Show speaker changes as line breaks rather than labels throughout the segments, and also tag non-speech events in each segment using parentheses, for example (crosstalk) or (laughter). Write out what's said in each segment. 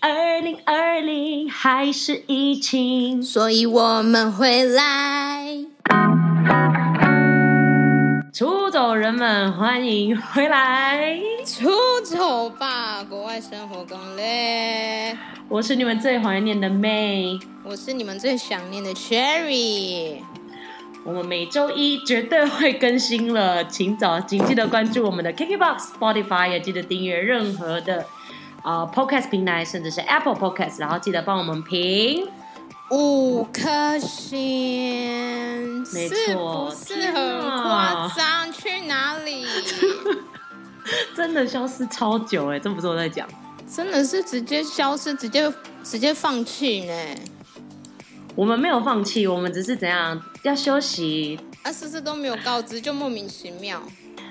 二零二零还是疫情。
所以我们回来。
出走人们，欢迎回来！
出走吧，国外生活攻略。
我是你们最怀念的 May，
我是你们最想念的 Sherry。
我们每周一绝对会更新了，请早请记得关注我们的 KKBOX、Spotify，也记得订阅任何的啊、呃 Podcast 平台，甚至是 Apple Podcast，然后记得帮我们评。
五颗星，
没
是
错
不是很夸张？去哪里？
真的消失超久哎、真不是我在讲。
真的是直接消失，直接直接放弃呢？
我们没有放弃，我们只是怎样要休息。
啊，思思都没有告知，就莫名其妙。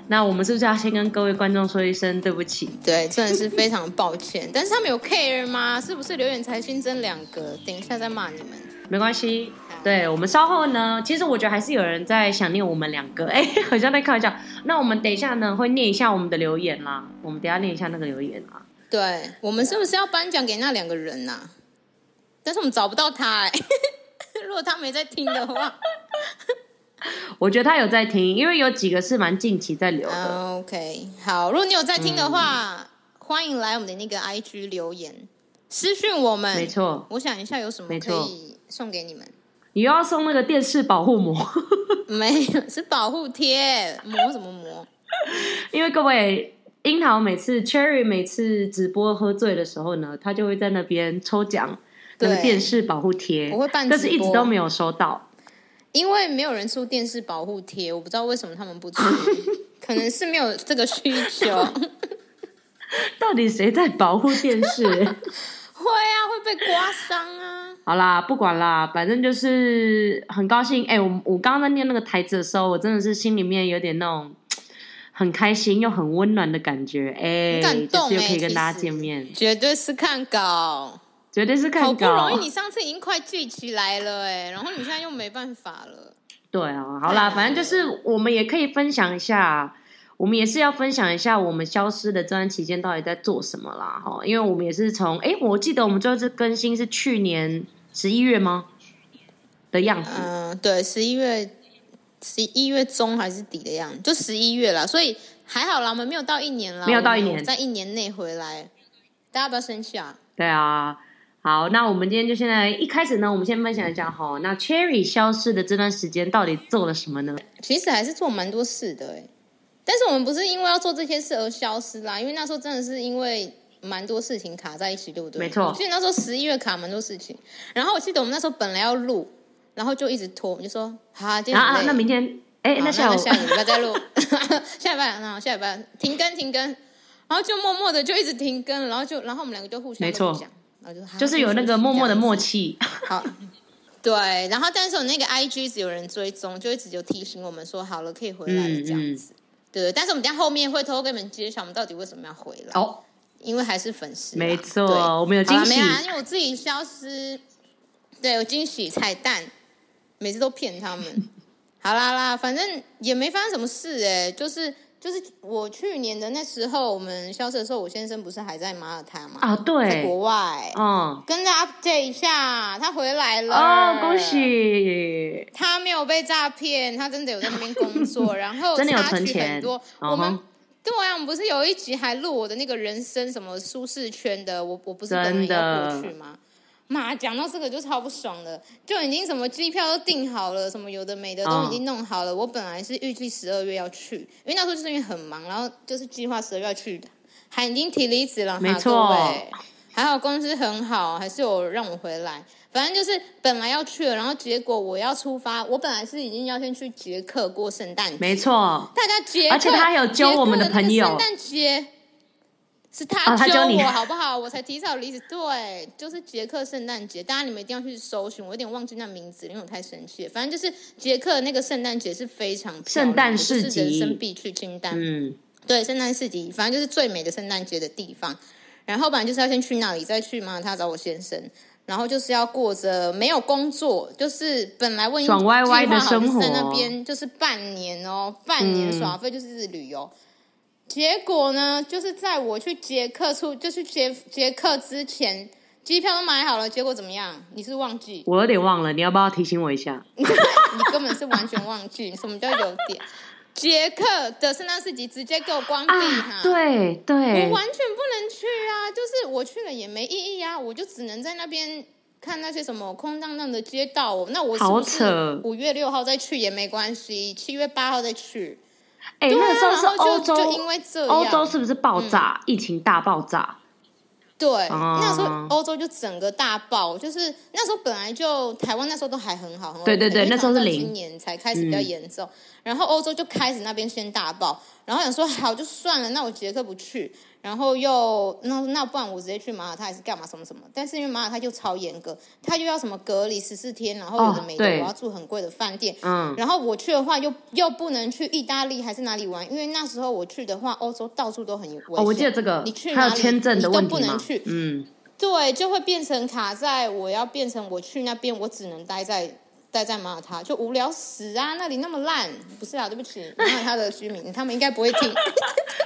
那我们是不是要先跟各位观众说一声对不起？
对，真的是非常抱歉。但是他们有 care 吗？是不是留言才新增两个？等一下再骂你们。
没关系，对我们稍后呢，其实我觉得还是有人在想念我们两个， (laughs) 哎、好像在开玩笑。那我们等一下呢，会念一下我们的留言啦，我们等一下念一下那个留言啊。
对我们是不是要颁奖给那两个人呐、但是我们找不到他、哎 (laughs) 如果他没在听的
(laughs)
话
我觉得他有在听，因为有几个是蛮近期在留的。
啊，OK，好，如果你有在听的
嗯
话，欢迎来我们的那个 IG 留言私讯我们。
没，错，
我想一下有什么
没
可
错
以送给你们。 (laughs)
你又要送那个电视保护膜， (laughs)
没有，是保护贴，膜什么膜？
因为各位。樱桃每次 Cherry 每次直播喝醉的时候呢，他就会在那边抽奖那
对
个电视保护贴，
我会办
但是
直
一直
播
都没有收到。
因为没有人出电视保护贴，我不知道为什么他们不
(laughs)
出，可能是没有这个需求。
到底谁在保护电视？
会啊，会被刮伤啊。
好啦，不管啦，反正就是很高兴。哎、我我刚刚在念那个台词的时候，我真的是心里面有点那种很开心又很温暖的感觉。哎、
很感动
就是又可以
哎
跟大家
其实
见面，
绝对是看稿，
绝对是
好
看
不
稿
容易。你上次已经快聚起来了哎，然后你现在又没办法了。
对啊，好啦，
对
反正就是我们也可以分享一下。我们也是要分享一下我们消失的这段期间到底在做什么啦，哈，因为我们也是从哎、我记得我们最后一次更新是去年十一月吗的样子，
嗯，对，十一月十一月中还是底的样子，就十一月啦，所以还好啦，我们没有到一年啦，
没有到一年
我们在一年内回来，大家不要生气啊。
对啊，好，那我们今天就现在一开始呢，我们先分享一下哈，那 Cherry 消失的这段时间到底做了什么呢？
其实还是做蛮多事的哎，但是我们不是因为要做这些事而消失啦，因为那时候真的是因为蛮多事情卡在一起，对不对？
没错
我记得那时候十一月卡蛮多事情，然后我记得我们那时候本来要录，然后就一直拖，我们就说好、啊，今
然
天很
后、啊、
累
那明天，哎，
好
那
那
下午
那下礼拜再录， (laughs) 下礼拜，那好，下礼拜停更停更，然后就默默的就一直停更，然后就然后我们两个就互相
没错
都不讲，然后就好
(laughs) 就是有那个默默的默
这样 (laughs)
契，
子好。对，然后但是我那个 IG 只有人追踪，就一直有提醒我们说好了，可以回来了
嗯
这样子。对，但是我们等一下后面会偷偷跟你们揭晓我们到底为什么要回来，
哦，
因为还是粉丝啦。
没错，
对
我们有
好
惊
啦
喜
没，啦，因为我自己消失，对，有惊喜彩蛋，每次都骗
(laughs)
他们。好啦啦，反正也没发生什么事哎、就是就是我去年的那时候，我们消失的时候，我先生不是还在马耳他嘛，
啊，
在
对，
国外，
嗯，
跟大家 update 一下，他回来了，
哦，恭！喜，
他没有被诈骗，他真的有在那边
(laughs)
工作，然后
真的有
插曲
存钱
很多。
嗯哼
我们对啊，我们不是有一集还录我的那个人生什么舒适圈的，我我不是本人
真的
要过去吗？妈，讲到这个就超不爽的，就已经什么机票都订好了，什么有的没的都
嗯
已经弄好了。我本来是预计十二月要去，因为那时候就是因为很忙，然后就是计划十二月要去的，还已经提离职了哈，
没错
各位还好公司很好，还是有让我回来。反正就是本来要去了，然后结果我要出发，我本来是已经要先去捷克过圣诞节，
没错，
大家捷克，
而且他还有揪我们的
捷克那个
朋友
圣诞节是
哦
他
他揪你
我，好不好？我才提早离职。对，就是捷克圣诞节，大家你们一定要去搜寻。我有点忘记那名字，因为我太生气了。反正就是捷克那个圣诞节是非常漂亮的
圣诞市集
就是人生必去清单。
嗯，
对，圣诞市集，反正就是最美的圣诞节的地方。然后本来就是要先去那里，再去马耳他找我先生，然后就是要过着没有工作，就是本来我已经
爽歪歪的
计划好
生活
在那边就是半年哦，半年
嗯
耍废就是旅游。结果呢，就是在我去捷克出，就去捷捷克之前，机票都买好了，结果怎么样？你是忘记，
我有点忘了，你要不要提醒我一下？
你根本是完全忘记，什么叫有点？杰克的圣诞市集直接给我关闭哈、
啊，对对
我，完全不能去啊！就是我去了也没意义啊，我就只能在那边看那些什么空荡荡的街道、哦。那我是不
好扯
是五月六号再去也没关系，七月八号再去？
哎、
对啊，
那时候是
然后
欧
就就因
洲，
为这样，嗯
欧洲是不是爆炸？疫情大爆炸？
对，
啊
那时候欧洲就整个大爆，就是那时候本来就台湾那时候都还很好，很 OK,
对对对
因为
那时候是
到
零
今年才开始比较
嗯
严重，然后欧洲就开始那边先大爆，然后想说好就算了，那我捷克不去，然后又那那不然我直接去马耳他还是干嘛什么什么，但是因为马耳他就超严格，他就要什么隔离十四天，然后有
哦
的没的，
对
我要住很贵的饭店，
嗯，
然后我去的话又又不能去意大利还是哪里玩，因为那时候我去的话，欧洲到处都很危险。
哦，我记得这个
你去，
还
哪
有
里
签证的问
你都
题
不能
嘛
去，，
嗯，
对，就会变成卡在我要变成我去那边，我只能待在待在马耳他，就无聊死啊！那里那么烂，不是啊，对不起，马耳他的居民，他们应该不会听。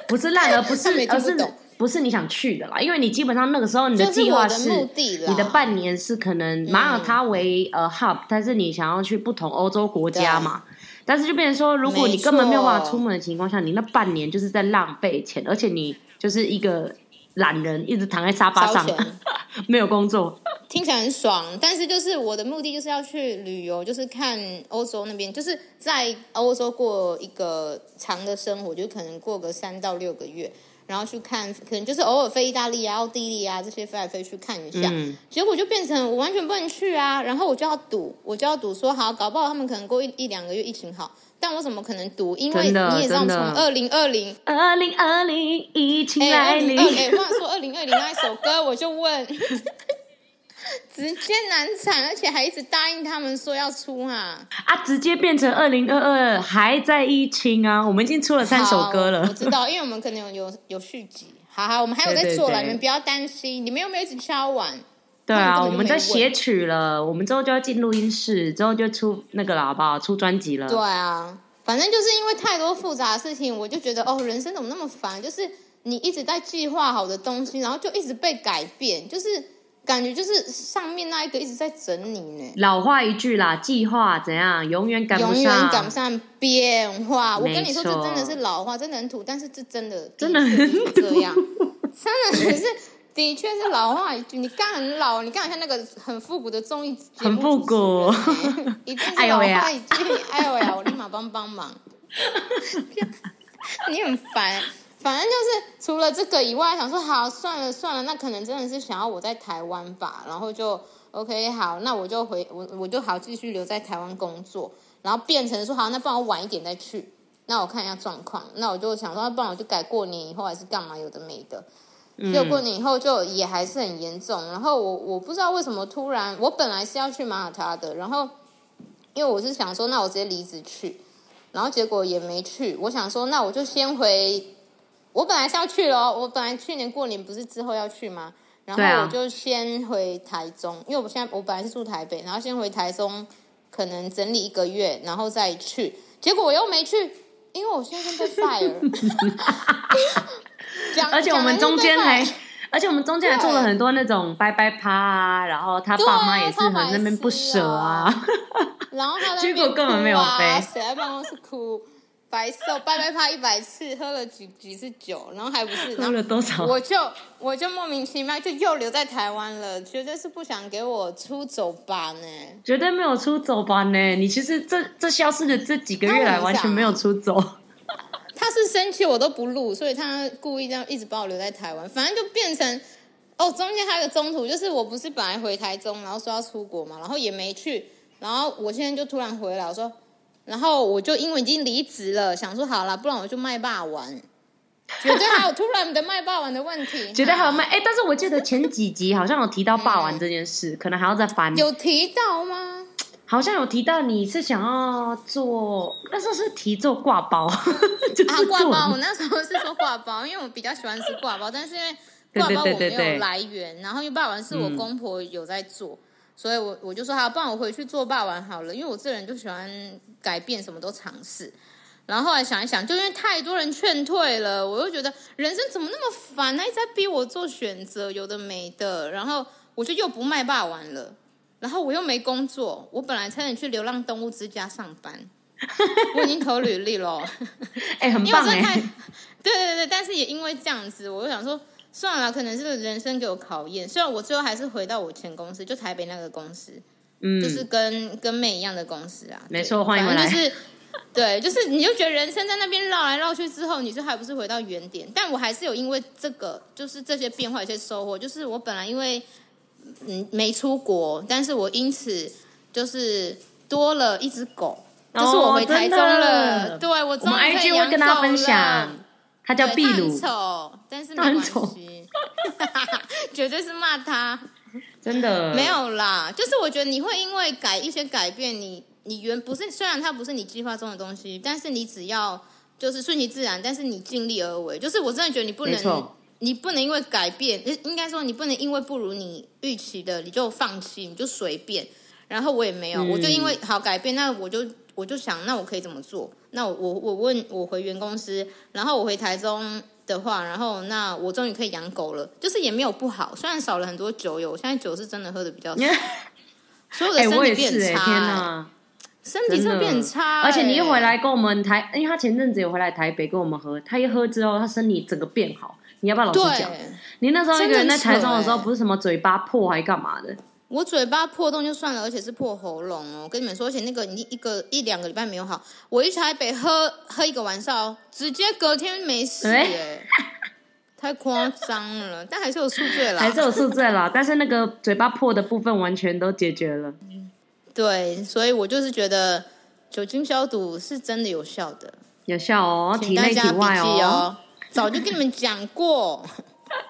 不是烂而不是
他们也，听
而
不
是
懂
不是你想去的啦，因为你基本上那个时 (laughs) 候你
这是
计
我
划
的
是
目的啊嗯啦，
你的半年是可能马耳他为、呃 hub，但是你想要去不同欧洲国家嘛？但是就变成说，如果你根本没有办法出门的情况下，你那半年就是在浪费钱，而且你就是一个懒人，一直躺在沙发
烧
上，
钱
(laughs) 没有工作。
听起来很爽，但是就是我的目的就是要去旅游，就是看欧洲那边，就是在欧洲过一个长的生活，就可能过个三到六个月，然后去看，可能就是偶尔飞意大利啊、奥地利啊这些飞来飞去看一下，
嗯，
结果就变成我完全不能去啊，然后我就要赌，我就要赌说好，搞不好他们可能过一一两个月疫情好，但我怎么可能赌？因为
真的
你也知道，我们
真
从
的
二零二零
二零二零疫情
哎，
来
二
临
零，二哎，忘了说二零二零那一首歌，我就问，直接难产，而且还一直答应他们说要出啊，
啊，直接变成二零二二，还在疫情啊！我们已经出了三首歌
好
了
我，知道，因为我们可能有有有续集。好好，我们还有
对
在
对
做了，
对
你们不要担心，你们又没有一直敲碗。
对啊，
那
我
你根本就
们在
没
写
问
曲了，我们之后就要进录音室，之后就出那个了，好不好？出专辑了。
对啊，反正就是因为太多复杂的事情，我就觉得哦，人生怎么那么烦？就是你一直在计划好的东西，然后就一直被改变，就是感觉就是上面那一个一直在整你呢。
老话一句啦，计划怎样永远赶不
永远赶不
上，
上变化。我跟你说，
没
这
错
真的是老话，真的很土，但是这真的
真的很
的确是这样，
(laughs)
真的是的确是老话一句。你刚很老，你刚好像那个很复古的综艺节目
很复古
主持
(laughs)
人欸，一定是老
啊
话一句。哎呦呀，我立马帮帮忙。 (laughs) 你很烦。反正就是除了这个以外，想说好算了算了，那可能真的是想要我在台湾吧，然后就 OK 好，那我就回我我就好继续留在台湾工作，然后变成说好，那不然我晚一点再去，那我看一下状况，那我就想说，不然我就改过年以后还是干嘛有的没的，
嗯
就过年以后就也还是很严重，然后我我不知道为什么突然，我本来是要去马耳他的，然后因为我是想说，那我直接离职去，然后结果也没去。我想说，那我就先回。我本来是要去了哦，我本来去年过年不是之后要去吗？然
对啊
后我就先回台中，因为我现在我本来是住台北，然后先回台中，可能整理一个月，然后再去。结果我又没去，因为我先生被
(laughs)
fire。讲哎
而且我们中间还
讲完就被 fire。
而且我们中间还做了很多那种拜拜趴啊，然后他爸妈
对啊
也是很那边不舍啊，
然后他在那
(laughs) 结
边
果根本没有
哭啊
飞
谁在办公室哭？白色拜拜趴一百次，喝了几几次酒，然后还不是，啊
(laughs) 喝
然后
了多少？
我就我就莫名其妙就又留在台湾了，绝对是不想给我出走吧呢。
绝对没有出走吧呢？你其实这这消失的这几个月
那我
来
想
完全没有出走，
他是生气我都不录，所以他故意这样一直把我留在台湾，反正就变成哦，中间还有个中途，就是我不是本来回台中，然后说要出国嘛，然后也没去，然后我现在就突然回来，我说，然后我就因为已经离职了，想说好啦，不然我就卖霸王，绝对还有突然的卖霸王的问题，
绝对还有卖。哎、但是我记得前几集好像有提到霸王这件
(laughs)
事，可能还要再翻。
有提到吗？
好像有提到你是想要做，那时候是提做挂包， (laughs) 就是
啊，
做
挂包！我那时候是说挂包，因为我比较喜欢吃挂包，但是因为挂包
对
我
对对
没
对对
有来源，然后因为霸王是我
嗯
公婆有在做，所以我我就说好，不然我回去做霸王好了，因为我这人就喜欢改变，什么都尝试。然后后来想一想，就因为太多人劝退了，啊我又觉得人生怎么那么烦呢？一直在逼我做选择，有的没的。然后我就又不卖霸王了，然后我又没工作，我本来差点去流浪动物之家上班，我已经投履历了，
哎、很
因为我
棒
真的
哎、
太，
(laughs)
对对对，但是也因为这样子，我就想说算了，可能是人生给我考验，虽然我最后还是回到我前公司，就台北那个公司，
嗯，
就是跟跟妹一样的公司啊，
没
对
错欢迎
反正
回
就是。对，就是你就觉得人生在那边绕来绕去之后，你最后还不是回到原点？但我还是有因为这个，就是这些变化有些收获。就是我本来因为嗯没出国，但是我因此就是多了一只狗，
哦
就是我回台中
真的
了。对我
我
终
们
于可
IG
以
会
养
跟大家
狗
分
了
享。，他叫
对
秘
它很
鲁，
丑，但是
它
没
很
关
丑
系， (laughs) 绝对是骂他。
真的
没有啦，就是我觉得你会因为改一些改变你，你原不是虽然它不是你计划中的东西，但是你只要就是顺其自然，啊但是你尽力而为。就是我真的觉得你不
没
能
错，
你不能因为改变，呃应该说你不能因为不如你预期的你就放弃，你就随便。然后我也没有，
嗯
我就因为好改变，那我就我就想，那我可以怎么做？那我我我问我回原公司，然后我回台中的话，然后那我终于可以养狗了，就是也没有不好，虽然少了很多酒友，我现在酒是真的喝的比较
(laughs)
少，所以我的
哎、
身
我
体
也
变
是哎、
差、
天哪！
身体真的变差、欸
而且你一回，来跟我们台，因为他前阵子有回来台北跟我们喝，他一喝之后，他身体整个变好。你要不要老
对
实讲？你那时候一个人在台中的时候，
真的很扯欸
不是什么嘴巴破还干嘛的？
我嘴巴破洞就算了，而且是破喉咙哦，我跟你们说，而且那个你一个一两个礼拜没有好，我一去台北喝喝一个晚上哦，直接隔天没事
哎
耶、太夸张了，但还是有宿醉啦，
还是有宿醉
(laughs)
啦，但是那个嘴巴破的部分完全都解决了。
对，所以我就是觉得酒精消毒是真的有效的，
有效哦，体
请大
内
家
体
笔
外哦
记。哦早就跟你们讲过，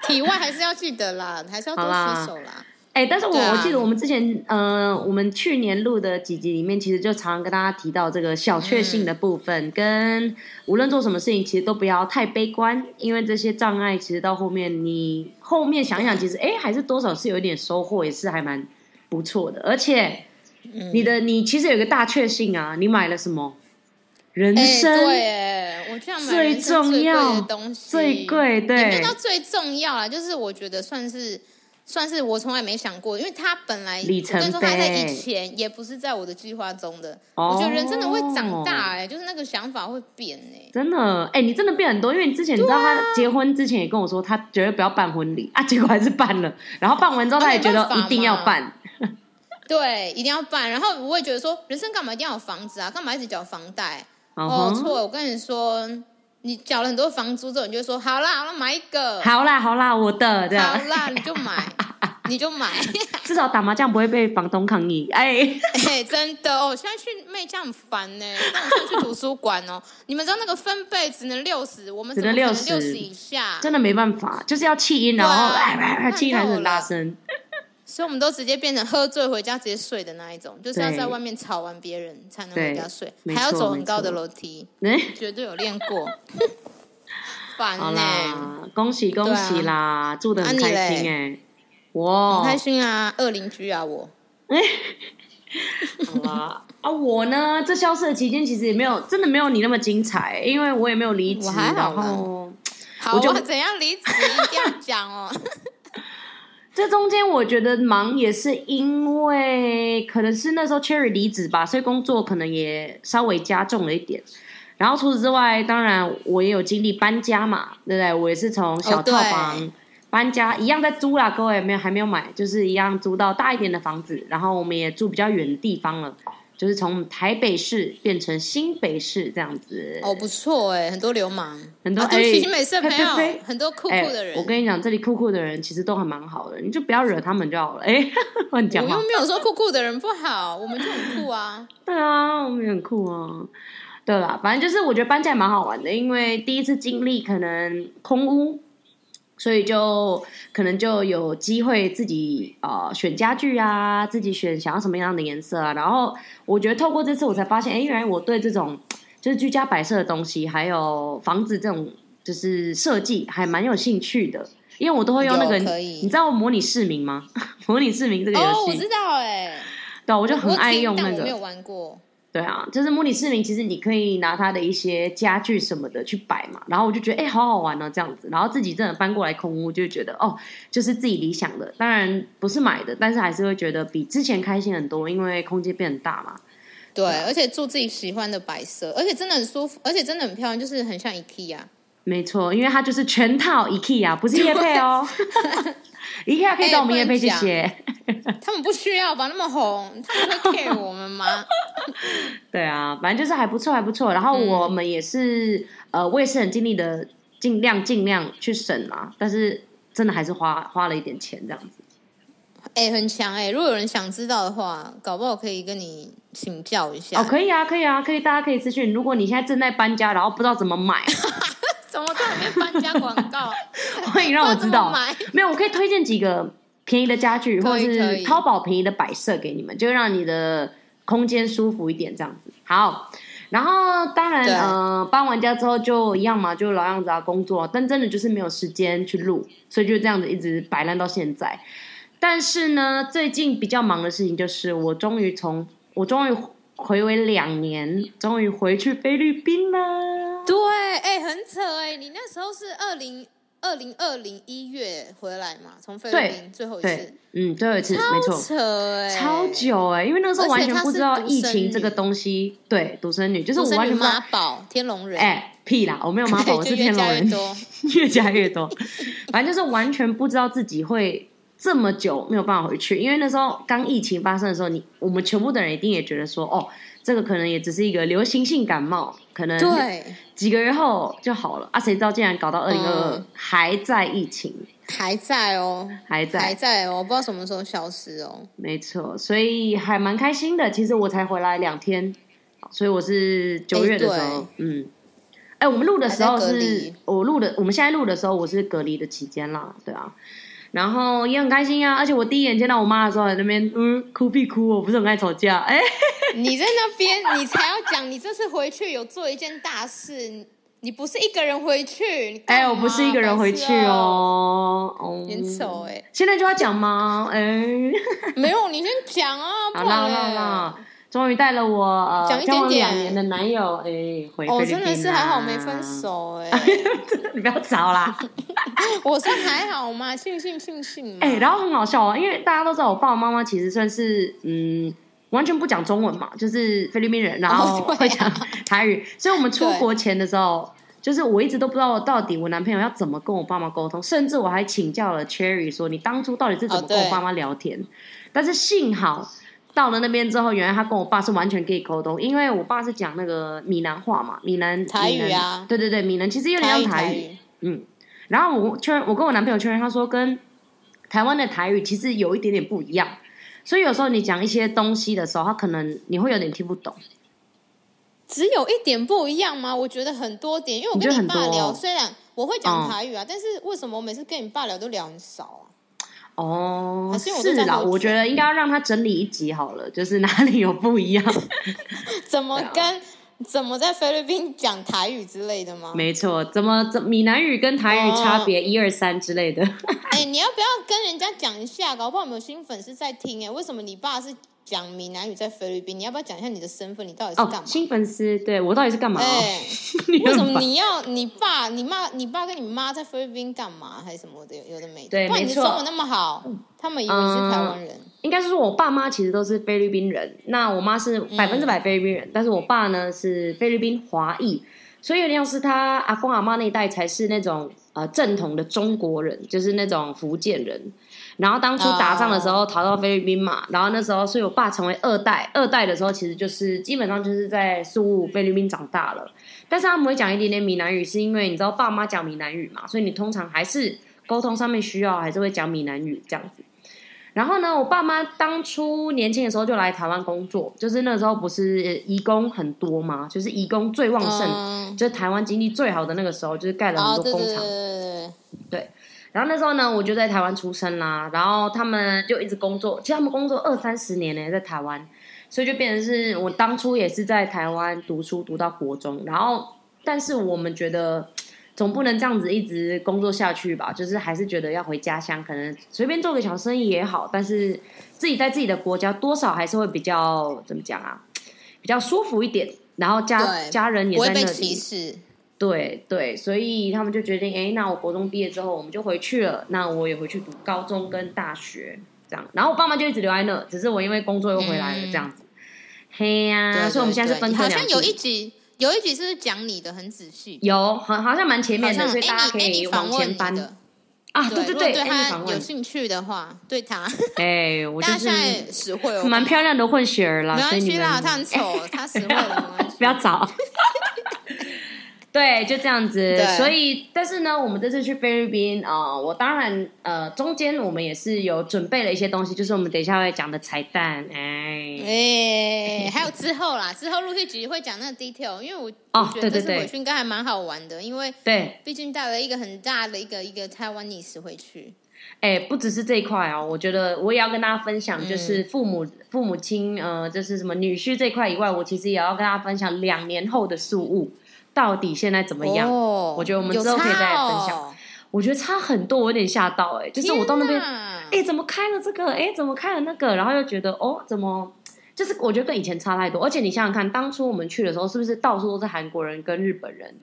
体外还是要记得啦，还是要多
好啦
洗手啦。
哎、但是我、
对啊
我记得我们之前，呃，我们去年录的几集里面，其实就常常跟大家提到这个小确幸的部分，
嗯
跟无论做什么事情，其实都不要太悲观，因为这些障碍其实到后面你后面想一想，其实哎、还是多少是有一点收获，也是还蛮不错的。而且
嗯
你的你其实有一个大确幸啊，你买了什么？人
哎，
参、
对耶，我居然买
最
人生
重
最贵
要
的东西，
最贵，
也没
对
有到最重要啦，就是我觉得算是算是我从来没想过，因为它本来
里程
我跟你说它在以
碑
前也不是在我的计划中的，
哦
我觉得人真的会长大哎、就是那个想法会变哎、
真的，哎、你真的变很多，因为你之前你知道
啊
他结婚之前也跟我说，他绝对不要办婚礼 (laughs) 啊，结果还是办了。然后办完之后，他也觉得
啊没办法
一
嘛
定要办，
对，一定要办。然后我也觉得说，人生干嘛一定要有房子啊？干嘛一直缴房贷？哦，
嗯哼
错了，我跟你说，你缴了很多房租之后，你就说好啦，好啦，买一个，
好啦好啦，我的这样
好，啦，你就买，你就买。
至少打麻将不会被房东抗议。哎、 (laughs)
哎、真的哦，现在去妹家很烦呢。那我现在去图书馆哦， (laughs) 你们知道那个分贝只能六十，我们
只能
六
60
六十以下，
真的没办法，就是要气音，然后
对啊
(laughs) 哎哎哎，气音还是很大声。
所以我们都直接变成喝醉回家直接睡的那一种，就是要
对
在外面吵完别人才能
对
回家睡
没，
还要
错
走
没
很高的
错
楼梯，
哎、
绝对有练过， (laughs) 烦
好
呢、
啦，恭喜恭喜啦，住的很开
啊你
心
嘞
哎、哇，
很开心啊，二邻居啊我，
好啦，啊，我呢，这消失的期间其实也没有，真的没有你那么精彩，因为我也没有离职，
我还
然
好啦
后。
好
我就
啊，怎样离职一定要讲哦，
这中间我觉得忙也是因为可能是那时候 Cherry 离职吧，所以工作可能也稍微加重了一点。然后除此之外，当然我也有经历搬家嘛，对不对？我也是从小
哦对
套房搬家，一样在租啦，各位没有还没有买，就是一样租到大一点的房子。然后我们也住比较远的地方了，就是从台北市变成新北市这样子。
哦不错哎、很多流氓，
很多
啊、对不
哎
起，你每次
呸
朋
呸
友
呸
很多酷酷
哎
的人，
我跟你讲，这里酷酷的人其实都还蛮好的，你就不要惹他们就好了。哎， (laughs) 乱讲
我
话
又。没有说酷酷的人不好，我们就很
(laughs)
酷啊。
对啊，我们很酷啊。对啦，反正就是我觉得搬家也蛮好玩的，因为第一次经历可能空屋，所以就可能就有机会自己呃选家具啊，自己选想要什么样的颜色啊。然后我觉得透过这次我才发现，哎，原来我对这种就是居家摆设的东西，还有房子这种就是设计还蛮有兴趣的，因为我都会用那个，
有可以
你知道模拟市民吗？模拟市民这个游戏，
哦，我知道哎、
对啊，我就
我
很爱
听
用
但
那
我
个
没有。玩过。
对啊，就是模拟市民，其实你可以拿它的一些家具什么的去摆嘛，然后我就觉得哎、好好玩哦，这样子，然后自己真的搬过来空屋，就觉得哦，就是自己理想的，当然不是买的，但是还是会觉得比之前开心很多，因为空间变很大嘛。
对，而且做自己喜欢的摆设，而且真的很舒服，而且真的很漂亮，就是很像 IKEA。
没错，因为它就是全套 IKEA，不是叶配哦。IKEA 可以找我们叶配，谢谢。
他们不需要吧？那么红，他们会 care 我们吗？ (laughs)
对啊，反正就是还不错，还不错。然后我们也是，呃，我也是很尽力的，尽量尽量去省啊，但是真的还是花花了一点钱这样子。
哎、很强哎、如果有人想知道的话，搞不好可以跟你请教一下。
哦，可以啊，可以啊，可以，大家可以咨询。如果你现在正在搬家，然后不知道怎么
(laughs)
买，
怎么在里面搬家广
(laughs)
告？
欢迎让我知
不
道
知道怎么。
(laughs) 没有，我可以推荐几个便宜的家具，
可
或
以
者
可
是
以
淘宝便宜的摆设给你们，就会让你的空间舒服一点，这样子。好，然后当然，
对
呃，搬完家之后就一样嘛，就老样子啊，工作啊，但真的就是没有时间去录，所以就这样子一直摆烂到现在。但是呢，最近比较忙的事情就是，我终于从我终于回违两年，终于回去菲律宾了。
对，哎、很扯哎、你那时候是二零二零二零一月回来嘛？从菲律宾最后一
对
次，，
嗯，最后一次，没错
超，扯哎、
超久哎、因为那个时候完全不知道疫情这个东西。对，独生女就是我
独生
完
女
全不知
妈
道。
宝天龙人，
哎、屁啦，我没有妈宝，我
对
是天龙人，
就越加越
(laughs)
多
越加越多。反正就是完全不知道自己会这么久没有办法回去，因为那时候刚疫情发生的时候，你我们全部的人一定也觉得说，哦，这个可能也只是一个流行性感冒，可能
对，
几个月后就好了。啊，谁知道竟然搞到二零二二
嗯
还在疫情，
还在哦，
还在
还在哦，不知道什么时候消失
(laughs)
哦。
没错，所以还蛮开心的。其实我才回来两天，所以我是九月的时候，
哎
嗯，哎、我们录的时候
还在隔
是
离
我录的，我们现在录的时候我是隔离的期间啦，对啊，然后也很开心啊。而且我第一眼见到我妈的时候，在那边嗯哭必哭，我不是很爱吵架，哎、
你在那边，你才要讲，你这次回去有做一件大事，你你不是一个人回去，你干
哎、
嘛啊
我不是一个人回去，哦，哦，
白痴很丑哎、
现在就要讲吗？哎、
(laughs) 没有，你先讲啊，不
好
然
啦好啦
嘞
好啦，终于带了我
讲
呃
一
交
点
往
点
两年的男友哎、回
哦，
菲律
真的
宾
是还好没
啦
分手哎、
(laughs) 你不要吵
(laughs)
啦！
我说还好嘛，庆幸庆幸嘛。
哎、然后很好笑啊，因为大家都知道我爸爸妈妈其实算是嗯完全不讲中文嘛，就是菲律宾人，然后
对啊
会讲台语，所以我们出国前的时候，就是我一直都不知道到底我男朋友要怎么跟我爸妈沟通，甚至我还请教了 Cherry 说你当初到底是怎么
哦
跟我
对
爸妈聊天，但是幸好。到了那边之后，原来他跟我爸是完全可以沟通，因为我爸是讲那个闽南话嘛，闽南
台语
闽
啊
南对对对，闽南其实有点
台
像
语
台
台
语，
语，
嗯，然后我确认，我跟我男朋友确认，他说跟台湾的台语其实有一点点不一样，所以有时候你讲一些东西的时候，他可能你会有点听不懂。
只有一点不一样吗？我觉得很多点，因为我
你觉
跟
得
你爸
很多
聊，
哦
虽然我会讲
嗯
台语啊，但是为什么我每次跟你爸聊都聊很少啊？ (laughs)
哦，
还是因为我都
是
在
啦，
喝酒
我觉得应该要让他整理一集好了，就是哪里有不一
(laughs)
样。
怎么
对啊
跟、怎么在菲律宾讲台语之类的吗？
没错，怎么怎闽南语跟台语差
哦
别一二三之类的。
哎、你要不要跟人家讲一下？搞不好我们有新粉丝在听哎、为什么你爸是讲闽南语在菲律宾？你要不要讲一下你的身份？你到底是干
哦，
嘛？
新粉丝，对我到底是干嘛、
哎、
(laughs) 你很
为什么
烦
你要你爸、你妈、你爸跟你妈在菲律宾干嘛，还是什么的？有有的没的。
对
不然你
没
的
错嗯
中文那么好，他们以为你是台湾人。
应该是说我爸妈其实都是菲律宾人，那我妈是百分之百菲律宾人，但是我爸呢是菲律宾华裔，所以有点像是他阿公阿妈那一代才是那种呃正统的中国人，就是那种福建人。然后当初打仗的时候逃到菲律宾嘛，然后那时候所以我爸成为二代，二代的时候其实就是基本上就是在苏武菲律宾长大了，但是他们会讲一点点闽南语，是因为你知道爸妈讲闽南语嘛，所以你通常还是沟通上面需要还是会讲闽南语这样子。然后呢，我爸妈当初年轻的时候就来台湾工作，就是那时候不是呃移工很多嘛，就是移工最旺盛，
嗯，
就是台湾经济最好的那个时候，就是盖了很
哦，
多
对
工
对对
厂。
对
然后那时候呢，我就在台湾出生啦，然后他们就一直工作，其实他们工作二三十年呢、在台湾，所以就变成是我当初也是在台湾读书读到国中，然后但是我们觉得总不能这样子一直工作下去吧，就是还是觉得要回家乡，可能随便做个小生意也好，但是自己在自己的国家多少还是会比较怎么讲啊，比较舒服一点，然后家
对
家人也
不会
在
被
那
歧
里，
视。
对对，所以他们就决定，哎，那我国中毕业之后我们就回去了，那我也回去读高中跟大学这样，然后我爸妈就一直留在那，只是我因为工作又回来了、这
嗯
样子。嘿呀、
对，
啊
啊
所以我们
对
现在是
对
分科
好
两
像有
地
一集，有一集是不是讲你的很仔细，
有好好像蛮前面
好
的，
像
所以大家可
Annie-
以
Annie
往
访问
前
你
翻
的。
啊，对对
如果对
，Annie
他
访
有
问，
兴趣的话，对他，
哎，我就
(laughs) 大家
是
现在实会哦，
蛮漂亮的混血儿啦，
没
所以
关
你
系
们
啦，他
(laughs)
很丑，他实惠了，没关系
不要找。
(laughs)
对，就这样子
对。
所以，但是呢，我们这次去菲律宾啊、呃我当然呃，中间我们也是有准备了一些东西，就是我们等一下会讲的彩蛋。哎，
哎、还有之后啦，之后陆续局会讲那个 detail，因为我、
哦
我觉
对对
得这次
对
回去应该还蛮好玩的，因为
对，
毕竟带了一个很大的一个一个台湾历史回去。
哎，不只是这一块啊，我觉得我也要跟大家分享，
嗯
就是父母、父母亲，呃，就是什么女婿这一块以外，我其实也要跟大家分享两年后的宿务到底现在怎么样。
哦
我觉得我们
有
之后可以再来
差
分享
哦
我觉得差很多，我有点吓到、哎，就是我到那边
天。哪
哎、怎么开了这个？哎、怎么开了那个？然后又觉得哦，怎么？就是我觉得跟以前差太多，而且你想想看，当初我们去的时候，是不是到处都是韩国人跟日本人？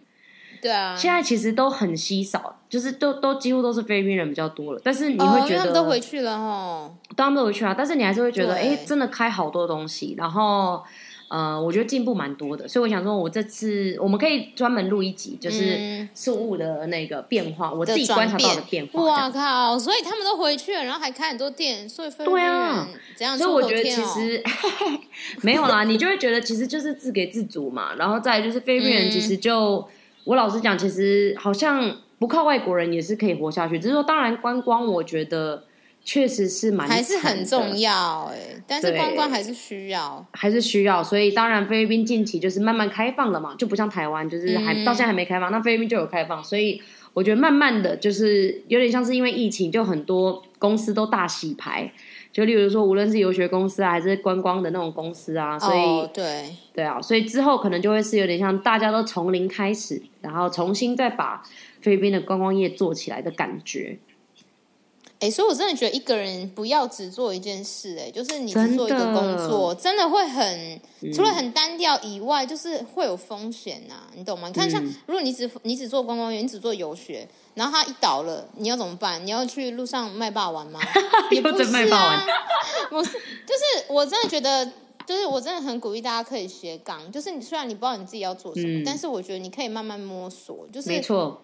对啊，
现在其实都很稀少，就是都都几乎都是菲律宾人比较多了。但是你会
哦、因
觉
为
得，
他们都回去了哦。
当然都回去啊，但是你还是会觉得，
对
哎、真的开好多东西，然后呃，我觉得进步蛮多的，所以我想说，我这次我们可以专门录一集，就是
嗯
事物的那个变化，我自己
的转
观察到的
变
变化。这样
哇靠！所以他们都回去了，然后还开很多店，所以菲律宾
对啊
人怎样
所以
出
我
头
觉得
天
其
哦？ (laughs)
实没有啦，你就会觉得其实就是自给自足嘛。然后再来就是菲律宾人，
嗯
其实就、我老实讲，其实好像不靠外国人也是可以活下去。只是说，当然观光，我觉得确实是蛮
还是
惨
很
的
重要哎、但是
对
观光还是需要。
还是需要，所以当然菲律宾近期就是慢慢开放了嘛，就不像台湾，就是还、
嗯
到现在还没开放，那菲律宾就有开放，所以我觉得慢慢的就是有点像是因为疫情，就很多公司都大洗牌，就例如说无论是游学公司啊，还是观光的那种公司啊，所以、
哦、对，
对啊，所以之后可能就会是有点像大家都从零开始，然后重新再把菲律宾的观光业做起来的感觉。
哎、所以我真的觉得一个人不要只做一件事、哎，就是你
真
只做一个
的
工作，真的会很，
嗯
除了很单调以外，就是会有风险呐、啊你懂吗？你看像，
嗯
如果你只你只做观光员，你只做游学，然后他一倒了，你要怎么办？你要去路上卖霸王吗？
(laughs)
也
又
不
在
是
卖霸
啊
王，
不是，就是我真的觉得。就是我真的很鼓励大家可以斜杠，就是你虽然你不知道你自己要做什么，
嗯
但是我觉得你可以慢慢摸索，就是
没错，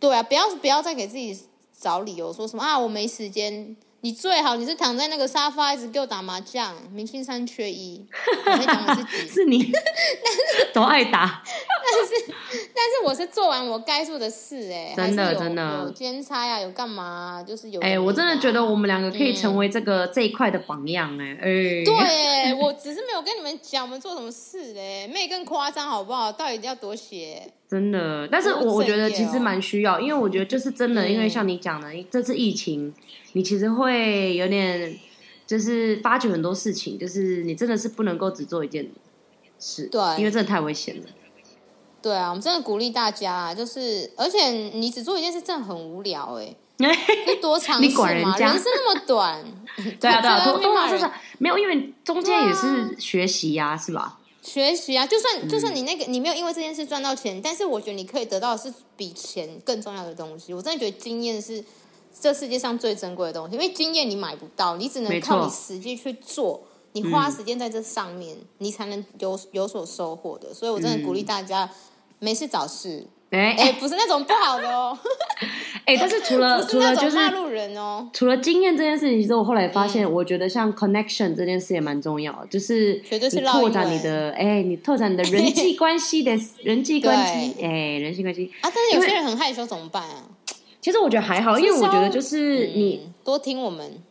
对啊，不要不要再给自己找理由说什么啊，我没时间。你最好你是躺在那个沙发一直给我打麻将，明星三缺一。我在讲我
(laughs)
自己，
是你多爱打，
但是我是做完我该做的事、欸，哎，
真的
还是有
真的
有兼差啊，有干嘛、啊，就是有。
哎、我真的觉得。我们两个可以成为这个、这一块的榜样、哎，哎，
对、欸， (laughs) 我只是没有跟你们讲我们做什么事嘞、欸，妹更夸张好不好？到底要多写？
真的，但是
不
我
务
我觉得
正业
其实
哦
蛮需要，因为我觉得就是真的，
嗯
因为像你讲的，这次疫情，你其实会有点就是发觉很多事情，就是你真的是不能够只做一件事，
对
因为真的太危险
(laughs)
了。
对啊，我们真的鼓励大家啊，就是而且你只做一件事真的很无聊哎、
啊
就多尝试
你管
嘛，
人
人
家，
生那么短
对啊，对啊，
就
通通常
在那边
就
骂
是
人
没有，因为中间
对啊
也是学习呀、是吧？
学习啊，就
嗯
算就算你那个你没有因为这件事赚到钱，但是我觉得你可以得到的是比钱更重要的东西。我真的觉得经验是这世界上最珍贵的东西，因为经验你买不到，你只
没
能
错嗯
靠你实际去做，你花时间在这上面，你才能有有所收获的。所以我真的鼓励大家。
嗯
没事找事， (laughs)
哎、
哎、
哎、
不是那种不好的
(laughs)
哦，
但是除了
不
呃除
是那
了就
种
是
骂路人哦，
除了经验这件事情，其实我后来发
嗯
现，我觉对像 connection 这件事也蛮重要的，就是
绝对是欸
你
绕
拓
英
展你
文
的，哎、你拓展你的人际关系
(laughs)
的人际关系，哎、人际关系。
啊，但是有
因为
些人很害羞，怎么办啊？
其实我觉得还好，因为我觉得就
嗯
是你，
多听我们，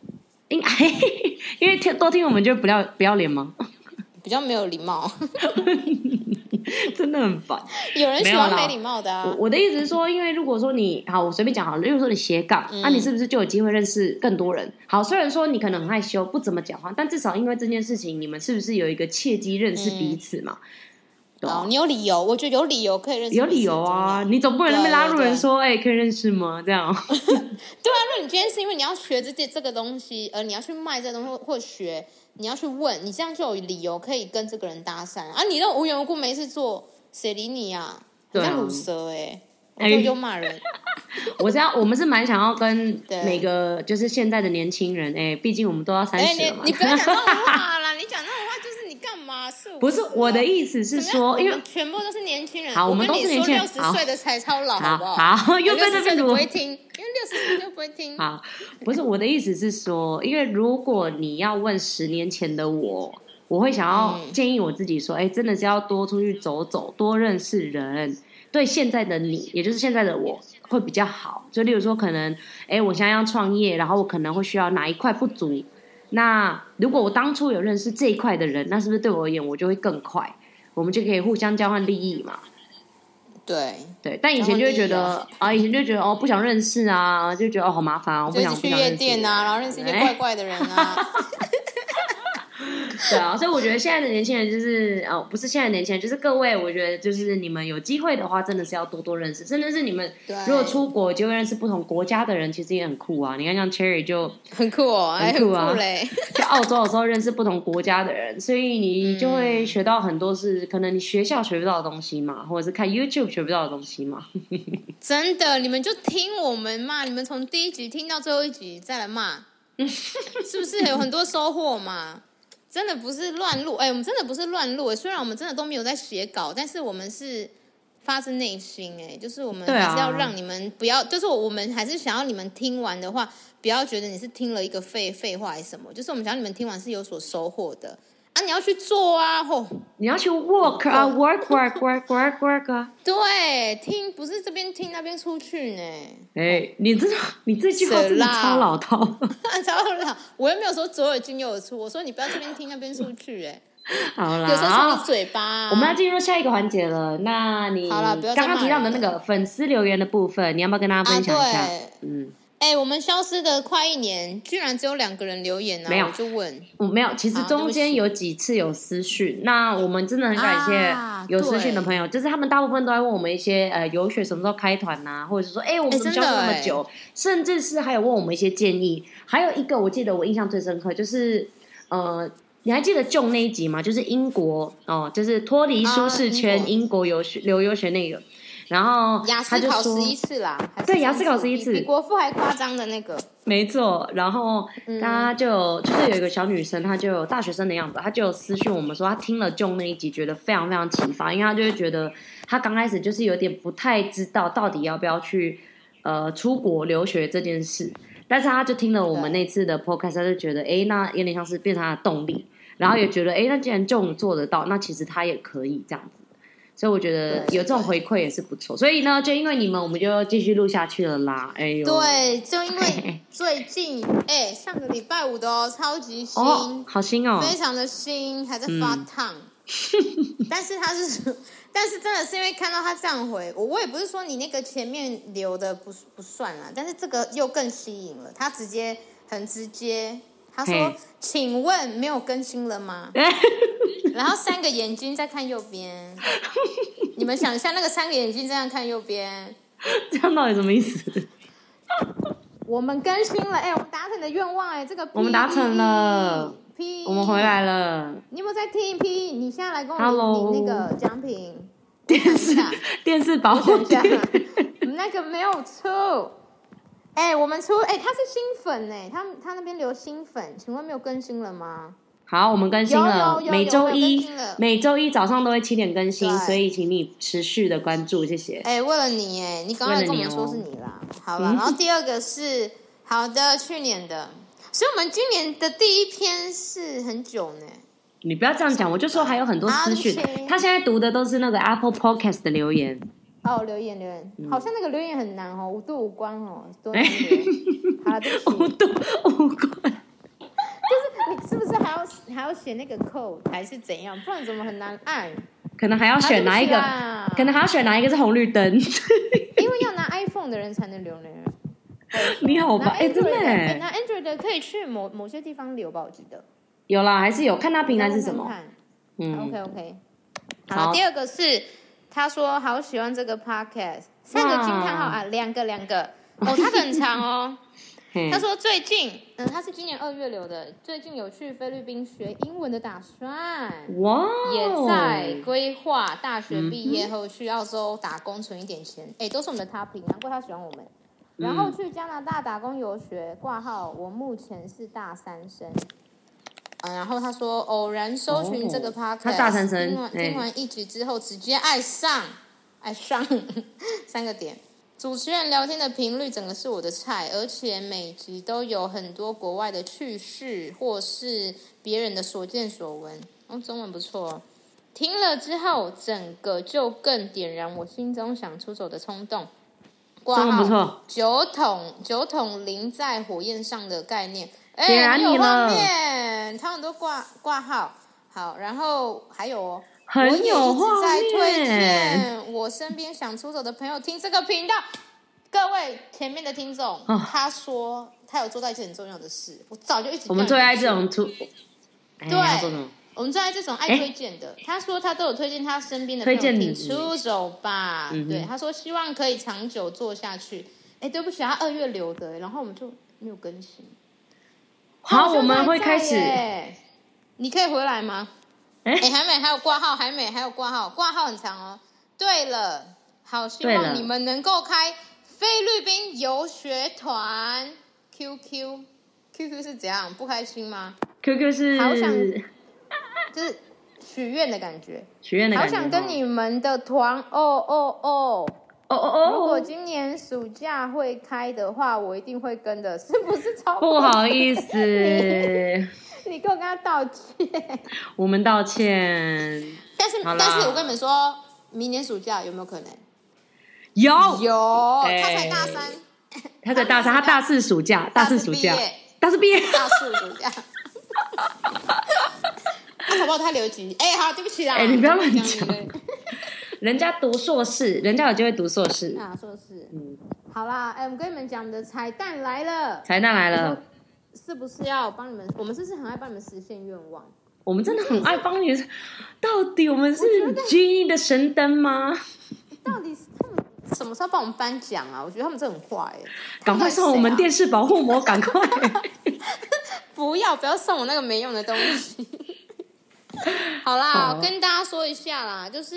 因、 (laughs) 因为听多听我们就不要不要脸
(laughs)
吗？
比较没有
(laughs)
礼貌。
真的很烦。
有人喜
没有
欢
啦
没礼貌的啊
我，我的意思是说，因为如果说你好，我随便讲好了，例如说你斜杠，
嗯
那、你是不是就有机会认识更多人？好，虽然说你可能很害羞，
嗯
不怎么讲话，但至少因为这件事情，你们是不是有一个契机认识彼此嘛？对
哦
啊，
你有理由，我觉得有理由可以认识，
有理由啊，。你总不能那边拉路人说，哎、可以认识吗？这样，
对啊，如果你今天是因为你要学这这这个东西，呃，你要去卖这个东西或或学，你要去问，你这样就有理由可以跟这个人搭讪啊。你都无缘无故没事做，谁理你啊？很
对啊
像乳蛇哎、
哎
欸，我就骂
(laughs)
人。
我知道我们是蛮想要跟
(laughs) 对
每个就是现在的年轻人，哎、毕竟我们都要三
哎、
十了
你
嘛。
你不要讲那种话啦！你讲那种话就是你干嘛？是啊
不是我的
思
意思是说，因为
全部都是年轻人，
好我们
跟
都
你
是年
说
轻人
六十
好
岁的才超老，
好
不好？
好又在
六
这
十
边
岁就
如
不
何
会听，因为六十岁就不会听。
好，不是我的意思是说，因为如果你要问十年前的我，我会想要
嗯
建议我自己说，哎、真的是要多出去走走，多认识人，对现在的你，也就是现在的我，会比较好。就例如说，可能，哎、我现在要创业，然后我可能会需要哪一块不足，那如果我当初有认识这一块的人，那是不是对我而言，我就会更快？我们就可以互相交换利益嘛，
对，
对。但以前就会觉
交换利益
得啊，以前就觉得哦，不想认识啊，就觉得哦，好麻烦啊，我不
就
想
是
不
去
想
夜
认识
店啊，
人
然后认识一些
哎
怪怪的人啊。
(laughs) 对啊，所以我觉得现在的年轻人就是，呃，不是现在的年轻人，就是各位，我觉得就是你们有机会的话，真的是要多多认识，真的是你们
对，
如果出国就会认识不同国家的人，其实也很酷啊。你看像 Cherry 就
(laughs) 很酷哦，哎，
很酷啊
很嘞。
去澳洲的时候认识不同国家的人，所以
嗯
你就会学到很多是可能你学校学不到的东西嘛，或者是看 YouTube 学不到的东西嘛。
真的，你们就听我们骂，你们从第一集听到最后一集再
(laughs)
来骂，是不是有很多收获嘛？真的不是乱录，哎、我们真的不是乱录、哎虽然我们真的都没有在写稿，但是我们是发自内心、哎，就是我们
对啊
还是要让你们不要，就是我们还是想要你们听完的话，不要觉得你是听了一个废废话还是什么，就是我们想要你们听完是有所收获的啊，你要去做啊，吼、
你要去 work 啊，work work work work work 啊。
对，听不是这边听那边出去呢。 (laughs)
哎、你这你这句话真的超老套。 (laughs)
超老，我又没有说左耳进右耳出，我说你不要这边听那边出去、欸，
好啦，
有时候是你嘴巴啊、
我们要进入下一个环节了。那你
好啦不要再
刚刚提到的那
骂人
个粉丝留言的部分，你要不要跟大家
啊，
分
对，
享一下？
哎、
嗯，
我们消失的快一年，居然只有两个人留言呢、
没有
我就问，
我嗯没有，其实
好对
中
不
间
起
有几次有私讯，那我们真的很感谢
啊
有私讯的
对
朋友，就是他们大部分都在问我们一些呃游学什么时候开团呐、或者是说哎、我们
哎
怎么消
真
失
的
那么
哎
久，甚至是还有问我们一些建议。还有一个我记得我印象最深刻就是呃。你还记得就那一集吗？就是英国哦，就是脱离舒
啊
适
英
圈，
国
英国游学留游学那个，然后
雅
他
思
就
考
说
十一次啦，还是
对雅思
三
考11
比
次
比国父还夸张的
(laughs)
那个，
没错，然后
嗯
大家就、就是有一个小女生，她就有大学生的样子，她就有私讯我们说，她听了就那一集，觉得非常非常启发，因为她就会觉得她刚开始就是有点不太知道到底要不要去呃出国留学这件事，但是她就听了我们
对
那次的 podcast，她就觉得诶，那有点像是变成她的动力，然后也觉得诶，那既然就做得到，那其实她也可以这样子。所以我觉得
对
有这种
对
回馈也是不错，所以呢，就因为你们，我们就继续录下去了啦。哎呦，
对，就因
嘿
为
嘿
最近，哎、上个礼拜五的哦，超级新。
哦，好新哦，
非常的新，还在发
嗯
烫。 (laughs) 但是他是说，但是真的是因为看到他这样回我，我也不是说你那个前面留的不不算啦，但是这个又更吸引了，他直接很直接，他说
嘿：“
请问没有更新了吗？”然后三个眼睛在看右边，你们想一下，那个三个眼睛这样看右边，
(laughs) 这样到底什么意思？
我们更新了，哎、我们达成你的愿望、哎，这个 E
我们达成了
PE，
我们回来了，
你有没有在听 P？你现在来跟我
Hello
领领那个奖品，
电视
看
电视保护
我想
垫
一，下我们那个没有出。哎、我们出哎、他是新粉哎、他他那边留新粉，请问没有更新了吗？
好，我们更新了，
有有有
每周
有更
一
新了
每周一早上都会七点更新，
对
所以请你持续的关注，谢谢。
哎、为了你哎、你刚
为
才
了
跟我
你
们说
哦
是你啦，好了。然后第二个是好的，去年的，所以我们今年的第一篇是很久呢、
你不要这样讲，我就说还有很多私讯
好谢谢，
他现在读的都是那个 Apple Podcast 的留言， (laughs)
哦，留言留言，好像那个留言很难哦，五度五关哦，多难留。好了，对不起
我哦都无关。
就是你是不是还要还要写那个 code 还是怎样？不然怎么很难按？
可能还要选哪一个？
啊
可能还要选哪一个是红绿
(laughs)
灯？
因为要拿 iPhone 的人才能留呢。
(laughs) 你好吧？
拿
哎，真的
Android 哎
耶
拿 Android 的可以去某某些地方留吧，我记得。
有啦，还是有看他平台是什么？
看看？
嗯，
OK OK，好
好
了，第二个是他说好喜欢这个 podcast，三个惊叹号啊，两个两
(laughs)
个哦，他的很长哦。
嘿
他说最近，嗯、他是今年二月留的，最近有去菲律宾学英文的打算，
哇哦，
也在规划大学毕业后去澳洲打工存一点钱，哎、都是我们的 topic，难怪他喜欢我们。然后
嗯
去加拿大打工游学挂号，我目前是大三生。嗯，然后他说偶然搜寻这个
哦
podcast，、
他大三生
听完
哎
听完一集之后直接爱上，爱上 (laughs) 三个点。主持人聊天的频率整个是我的菜，而且每集都有很多国外的趣事或是别人的所见所闻。哦，中文不错、哦。听了之后，整个就更点燃我心中想出走的冲动。挂
中文
号
不错，
酒桶酒桶淋在火焰上的概念，哎、
点燃
你
你
有画
了
面，他们都挂挂号。好，然后还有哦，我
很
也
有
一直
画
在推
面
荐我身边想出走的朋友听这个频道。各位前面的听众，
啊
他说他有做到一件很重要的事，我早就一直
我们
叫
最
你
爱
去
这种出，哎，
对
要做什么？
我们最爱这种爱
哎
推荐的，他说他都有推荐他身边的朋友
推荐你
听出走吧，
嗯哼
对，他说希望可以长久做下去。哎，对不起，他二月留的，欸然后我们就没有更新。
好，
像
我们会
还在
开始。
耶。你可以回来吗？
哎
哎，还没，还有挂号，还没，还有挂号，挂号很长哦。对了，好，希
对了
望你们能够开菲律宾游学团。QQ，QQ 是怎样？不开心吗？
QQ
好想
是
就是许愿的感觉。
许愿的
好
感觉
想跟
哈
你们的团哦哦哦！
哦哦
如果
哦，
今年暑假会开的话，我一定会跟的，是不是超
不好意思，
思， (laughs) 你给我跟他道歉。
我们道歉。
但是
好啦
但是我跟你们说，明年暑假有没有可能？
有，
有，
哎
他才大三，
他在大三，他大四暑假，大四暑假
大四毕业，
大四毕业， (laughs)
大四暑 (laughs) 假。啊，好不好？他留级。哎、好，对不起啦。
哎你不要乱讲
这样你的
人家读硕士，人家有机会读硕士。
啊，硕士。
嗯，
好啦，哎、我们跟你们讲，我们的彩蛋来了。
彩蛋来了，
是不是要帮你们？我们是不是很爱帮你们实现愿
(laughs)
望？
我们真的很爱帮女生。到底我们是 G 的神灯
(laughs)
吗？
啊到底是他们什么时候帮我们颁奖啊？我觉得他们真的很坏哎、
赶快送我
啊
们电视保护膜，赶快！
不要不要送我那个没用的东
(laughs)
西。好啦，
好
跟大家说一下啦，就是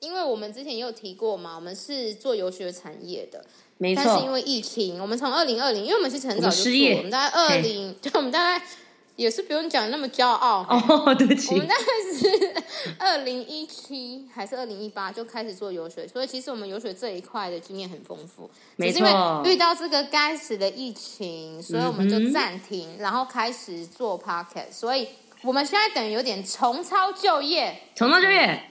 因为我们之前也有提过嘛，我们是做游学产业的，
没
但是因
错，
为疫情，我们从二零二零，因为我们其实很早
我们
就
失
做，
业
我们大概二零，对，我们大概也是不用讲那么骄傲，
哦， (laughs) 对不
我们
起，
大概是二零一七还是二零一八就开始做游学，所以其实我们游学这一块的经验很丰富。
没
只是因
错
为遇到这个该死的疫情，所以我们
嗯
就
哼
暂停，然后开始做 pocket，所以我们现在等于有点重操旧业，
从到就
嗯
业，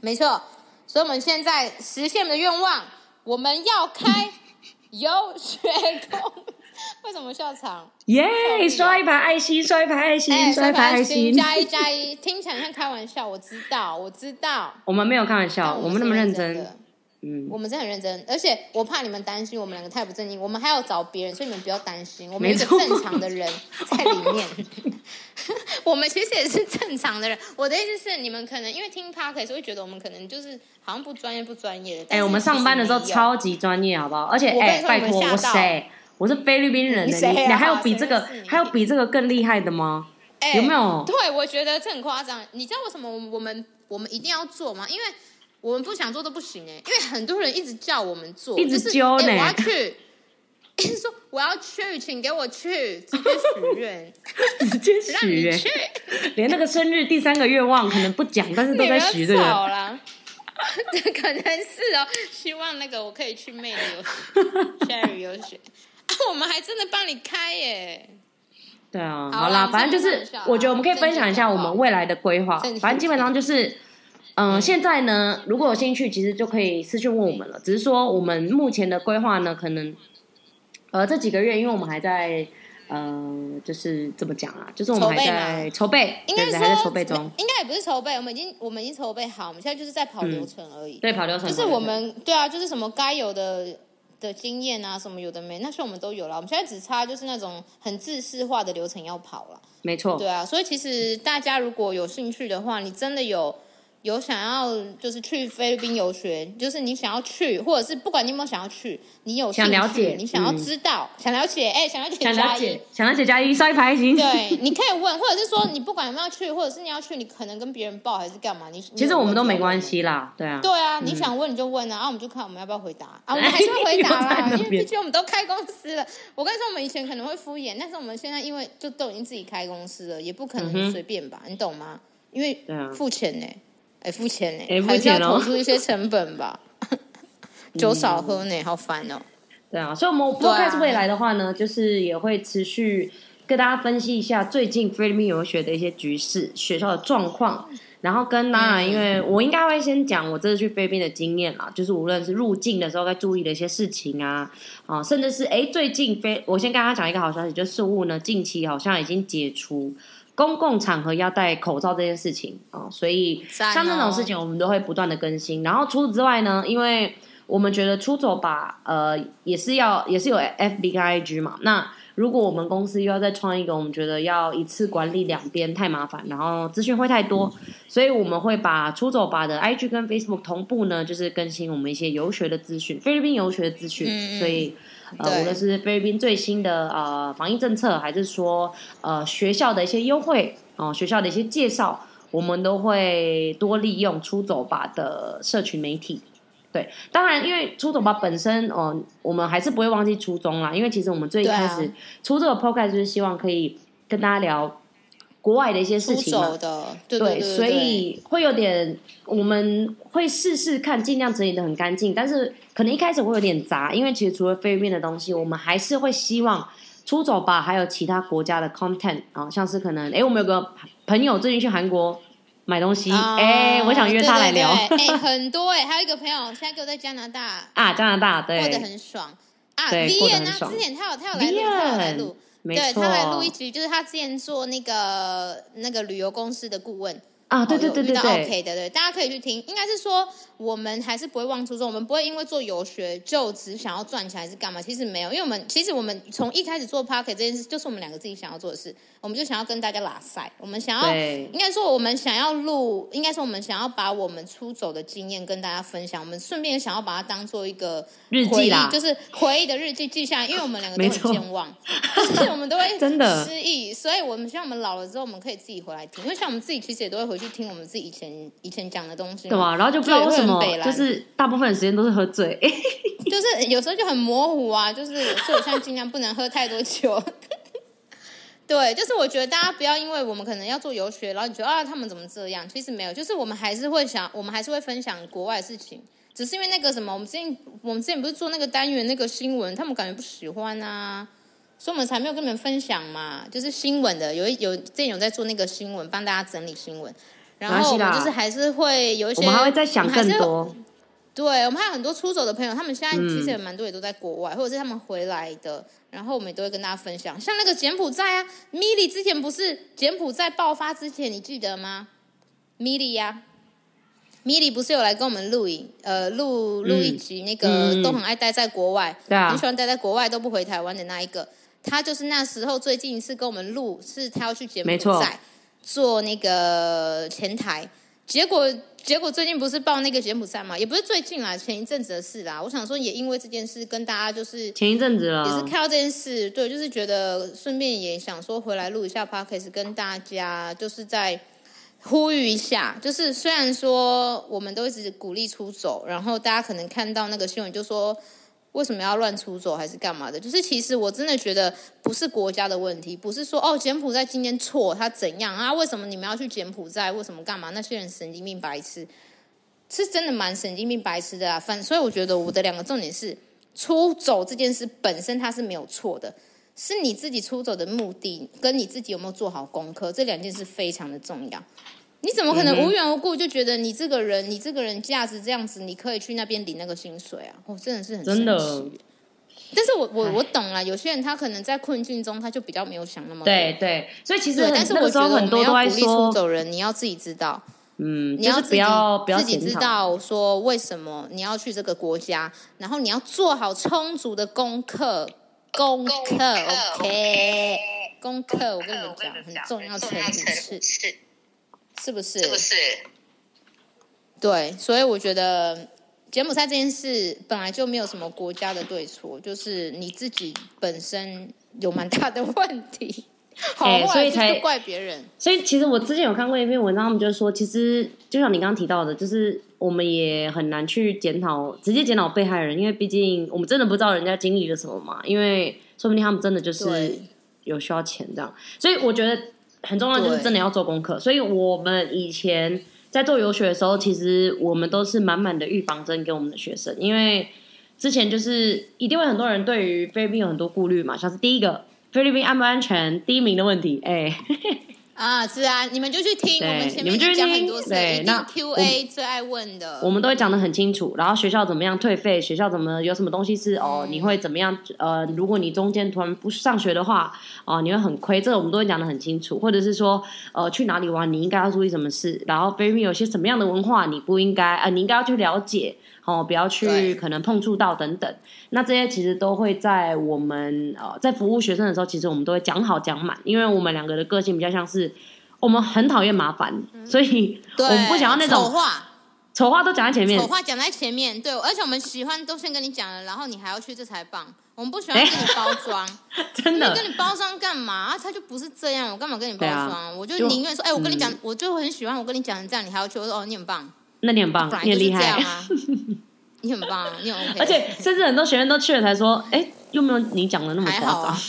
没错。所以我们现在实现我们的愿望，我们要开游学公。 (laughs) 为什么笑场？
耶！刷一排爱心，刷一排爱
哎，
心，刷一排爱心。
加一加一，听起来像开玩笑，我知道，我知道。
我们没有开玩笑，
但
我
我
们那
嗯是
么认
真
真
的，，
嗯，
我们真的很认真，而且我怕你们担心我们两个太不正经，我们还要找别人，所以你们不要担心，我们有一个
没错
正常的
(laughs)
人在里面。 (laughs) 我们其实也是正常的人，我的意思是，你们可能因为听 p o d c a s 会觉得我们可能就是好像不专业不专业的。
哎、
但是
我们上班的时候
其实没有
超级专业，好不好？而且，
我跟
哎、
你说
拜
你们
托，
吓
我
到
谁？我是菲律宾人
你
呢、
谁啊
你你还有比这个
谁是你
还有比这个更厉害的吗？ (laughs)
哎
有没有
对，我觉得这很夸张。你知道为什么我们我们我们一定要做吗？因为我们不想做都不行哎、因为很多人一直叫我们做，
一直
就是
揪呢
哎我要去，一直说我要去，请给我去，直接许愿，
直接
让
(laughs) 许
你
愿
去，，
连那个生日第三个愿望可能不讲，但 (laughs) 是都
你不
在
要
许这 (laughs) 个。
吵啦。 (laughs) 这可能是哦，希望那个我可以去妹的游学，Sherry 游学啊，我们还真的帮你开耶，
对啊，好
好啦
啦，
我们
反正就
上班
是
一下，啊
我觉得我们可以分享一下我们未来的规划
正经。
反正基本上就是，嗯、现在呢，如果有兴趣，其实就可以私讯问我们了。
嗯
只是说我们目前的规划呢，可能，呃，这几个月，因为我们还在，呃，就是怎么讲啊，就是我们还在筹备，
应
对
该
不对，
说
还在筹备中，
应该也不是筹备，我们已经我们已经筹备好，我们现在就是在跑流程而已。
对，跑流程，
就是我们对啊，就是什么该有的的经验啊，什么有的没，那些我们都有了。我们现在只差就是那种很制式化的流程要跑了。
没错，
对啊，所以其实大家如果有兴趣的话，你真的有有想要就是去菲律宾游学，就是你想要去，或者是不管你有没有想要去，你有兴
想
趣
了解
你想要
嗯
知道，想了解，哎、想了解
想
嘉
了
义
解，想了解加一，刷一排行。
对，你可以问，或者是说你不管有没有去，或者是你要去，你可能跟别人报还是干嘛？你
(laughs) 其实我们都没关。
你有问题
系啦，对啊，
要问对啊，你想问你就问啊，啊，我们就看我们要不要回答
(laughs)
啊，我们还是会回
又在
答啦，
那
因为
边
毕竟我们都开公司了。我跟你说，我们以前可能会敷衍，但是我们现在因为就都已经自己开公司了，也不可
嗯哼
能随便吧，你懂吗？因为
对啊
付钱呢、哎、付钱呢、
哎付
还是要
钱哦嗯
投出一些成
(laughs)
本吧。酒少喝呢，好烦哦、
对啊，所以我们
对啊
podcast 未来的话呢，就是也会持续跟大家分析一下最近菲律宾游学的一些局势、学校的状况，然后跟当
嗯
然，因为我应该会先讲我这次去菲律宾的经验啦，就是无论是入境的时候该注意的一些事情啊，啊，甚至是哎，最近菲，我先跟大家讲一个好消息，就是事务呢近期好像已经解除。公共场合要戴口罩这件事情啊、所以
赞哦
像这种事情我们都会不断的更新。然后除此之外呢，因为我们觉得出走吧，呃，也是要也是有 FB 跟 IG 嘛。那如果我们公司又要再创一个，我们觉得要一次管理两边太麻烦，然后资讯会太多，所以我们会把出走吧的 IG 跟 Facebook 同步呢，就是更新我们一些游学的资讯，菲律宾游学的资讯。
嗯嗯
所以呃，
对
无论是菲律宾最新的呃防疫政策，还是说呃学校的一些优惠哦、学校的一些介绍，我们都会多利用出走吧的社群媒体。对，当然，因为出走吧本身，哦、我们还是不会忘记初衷啦。因为其实我们最一
对啊
开始、出这个 podcast 就是希望可以跟大家聊国外的一些事
出
情嘛
手，的，对对对，
所以会有点，我们会试试看，尽量整理的很干净，但是可能一开始会有点杂，因为其实除了菲律宾的东西，我们还是会希望出走吧，还有其他国家的 content 啊、像是可能，诶，我们有个朋友最近去韩国买东西，
啊
诶，哎我想约他来聊 (laughs)
对对对哎、很多哎、还有一个朋友现在给我在加拿大
啊，加拿大
过得
对，
很爽啊。
对过得
Vian
很
啊，
爽
之前他有他有来录，他有来录，
没
对
错，
他来录一集，就是他之前做那个那个旅游公司的顾问，
啊，对
哦
对
有
对对
遇到
对
OK 的，对，大家可以去听。应该是说我们还是不会忘初衷，我们不会因为做游学就只想要赚钱还是干嘛，其实没有，因为我们其实我们从一开始做 Pocket 这件事，就是我们两个自己想要做的事，我们就想要跟大家拉塞，我们想要
对
应该说，我们想要录，应该说我们想要把我们出走的经验跟大家分享。我们顺便想要把它当做一个
日记啦
回忆就是回忆的日记记下来，因为我们两个都
没错
很健忘，就是我们都会
(laughs) 真的
失忆，所以我们希望我们老了之后，我们可以自己回来听。因为像我们自己其实也都会回去听我们自己以前以前讲的东西，
对？吧？然后就不知道为什么
就也会很北，兰
就是大部分的时间都是喝醉。
就是有时候就很模糊啊，就是所以我现在尽量不能喝太多酒。 (laughs) 对，就是我觉得大家不要因为我们可能要做游学，然后你觉得啊他们怎么这样，其实没有，就是我们还是会想，我们还是会分享国外的事情，只是因为那个什么，我们之前我们之前不是做那个单元那个新闻，他们感觉不喜欢啊，所以我们才没有跟你们分享嘛，就是新闻的有一有之前有在做那个新闻，帮大家整理新闻，然后我
没关系啦
们就是还是会有一
(laughs)
些，
我们还会再想
我们还是
更多，
对，我们还有很多出走的朋友，他们现在
嗯
其实也蛮多也都在国外，或者是他们回来的，然后我们也都会跟大家分享。像那个柬埔寨啊，米莉之前不是柬埔寨爆发之前，你记得吗？米莉呀、米莉不是有来跟我们录影，呃，录录一
嗯
集那个、
嗯
都很爱待在国外，
对啊
很喜欢待在国外都不回台湾的那一个，他就是那时候最近一次跟我们录，是他要去柬
没
埔
错
寨做那个前台，结果结果最近不是报那个柬埔寨嘛，也不是最近啦，前一阵子的事啦。我想说，也因为这件事跟大家就是
前一阵子
也是
了，
看到这件事，对，就是觉得顺便也想说回来录一下 podcast，跟大家就是在呼吁一下，就是虽然说我们都一直鼓励出走，然后大家可能看到那个新闻就说为什么要乱出走还是干嘛的，就是其实我真的觉得不是国家的问题，不是说哦柬埔寨今天错他怎样啊，为什么你们要去柬埔寨，为什么干嘛？那些人神经病白痴。是真的蛮神经病白痴的啊，反所以我觉得我的两个重点是，出走这件事本身它是没有错的，是你自己出走的目的跟你自己有没有做好功课，这两件事非常的重要。你怎么可能无缘无故就觉得你这个人，你这个人价值这样子，你可以去那边领那个薪水啊？哦，真的是很
真的
神奇但是我我
唉
我懂了，有些人他可能在困境中，他就比较没有想那么多。
对对，所以其实
嗯对，
很
但是
那
我
个时
觉
候
得我
很
们
多都
要
在
鼓励出
说，
走人，你要自己知道。
嗯，
你
就
要
是
自
不
己
要不要
自己
检
知
讨，
道说为什么你要去这个国家，然后你要做好充足的功课，功课
功课
OK，功课嗯我
我
跟你们讲很重要
层
层次，
次，
是不是？
是不是？
对，所以我觉得柬埔寨这件事本来就没有什么国家的对错，就是你自己本身有蛮大的问
(laughs)
题，好
哎
坏、
所以
就是
才
都怪别人。
所以其实我之前有看过一篇文章，他们就说，其实就像你刚刚提到的，就是我们也很难去检讨，直接检讨被害人，因为毕竟我们真的不知道人家经历了什么嘛，因为说不定他们真的就是
对
有需要钱这样。所以我觉得很重要就是
对
真的要做功课。所以我们以前在做游学的时候，其实我们都是满满的预防针给我们的学生，因为之前就是一定会很多人对于菲律宾有很多顾虑嘛，像是第一个菲律宾安不安全，第一名的问题，哎、
啊，是啊，你们就去听，
对
我们前
你
面
们就
已经
去
讲很
听
多次，
对
一定
那
Q&A 最爱问的。
我们都会讲的很清楚，然后学校怎么样退费，学校怎么有什么东西是哦，
嗯
你会怎么样？呃，如果你中间突然不上学的话，哦、你会很亏，这个我们都会讲的很清楚，或者是说，呃，去哪里玩你应该要注意什么事，然后菲律宾有些什么样的文化你不应该，呃，你应该要去了解，哦，不要
对
去可能碰触到等等。那这些其实都会在我们呃在服务学生的时候，其实我们都会讲好讲满，因为我们两个的个性比较像是。我们很讨厌麻烦，所以我
嗯对，
们不想要那
丑
种
话，
丑话都讲在前面
丑，话讲在前面，对，而且我们喜欢都先跟你讲了，然后你还要去，这才棒。我们不喜欢
哎
跟你包装，
(laughs) 真
因为
的
跟你包装干嘛？啊他就不是这样，我干嘛跟你包
对啊
装？我就
就
宁愿说，哎、我跟你
嗯
讲，我就很喜欢我跟你讲成这样，你还要去，我说哦，你很棒，
那你很棒
本，来
你很
就是
厉
这
(laughs)
样
害，
啊，你很棒、啊，你很 OK，
哎 (laughs) 而且甚至很多学员都去了才说，哎、又没有你讲的那么
还好
夸张
啊。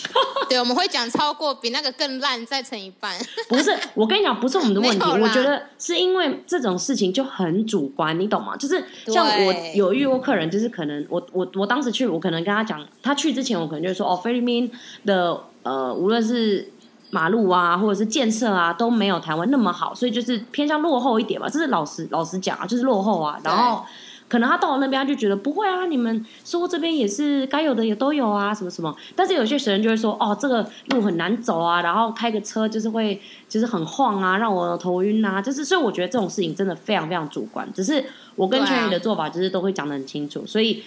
对，我们会讲超过比那个更烂再乘一半， (laughs)
不是，我跟你讲，不是我们的问题
没有，啦
我觉得是因为这种事情就很主观，你懂吗？就是像
对
我有遇过客人，就是可能我我我当时去，我可能跟他讲，他去之前我可能就说，哦，菲律宾的呃，无论是马路啊，或者是建设啊，都没有台湾那么好，所以就是偏向落后一点嘛。这是老实老实讲啊，就是落后啊。然后可能他到了那边，他就觉得不会啊，你们说这边也是该有的也都有啊，什么什么。但是有些学生就会说，哦，这个路很难走啊，然后开个车就是会就是很晃啊，让我头晕啊，就是所以我觉得这种事情真的非常非常主观。只是我跟
对啊
圈宇的做法就是都会讲的很清楚，所以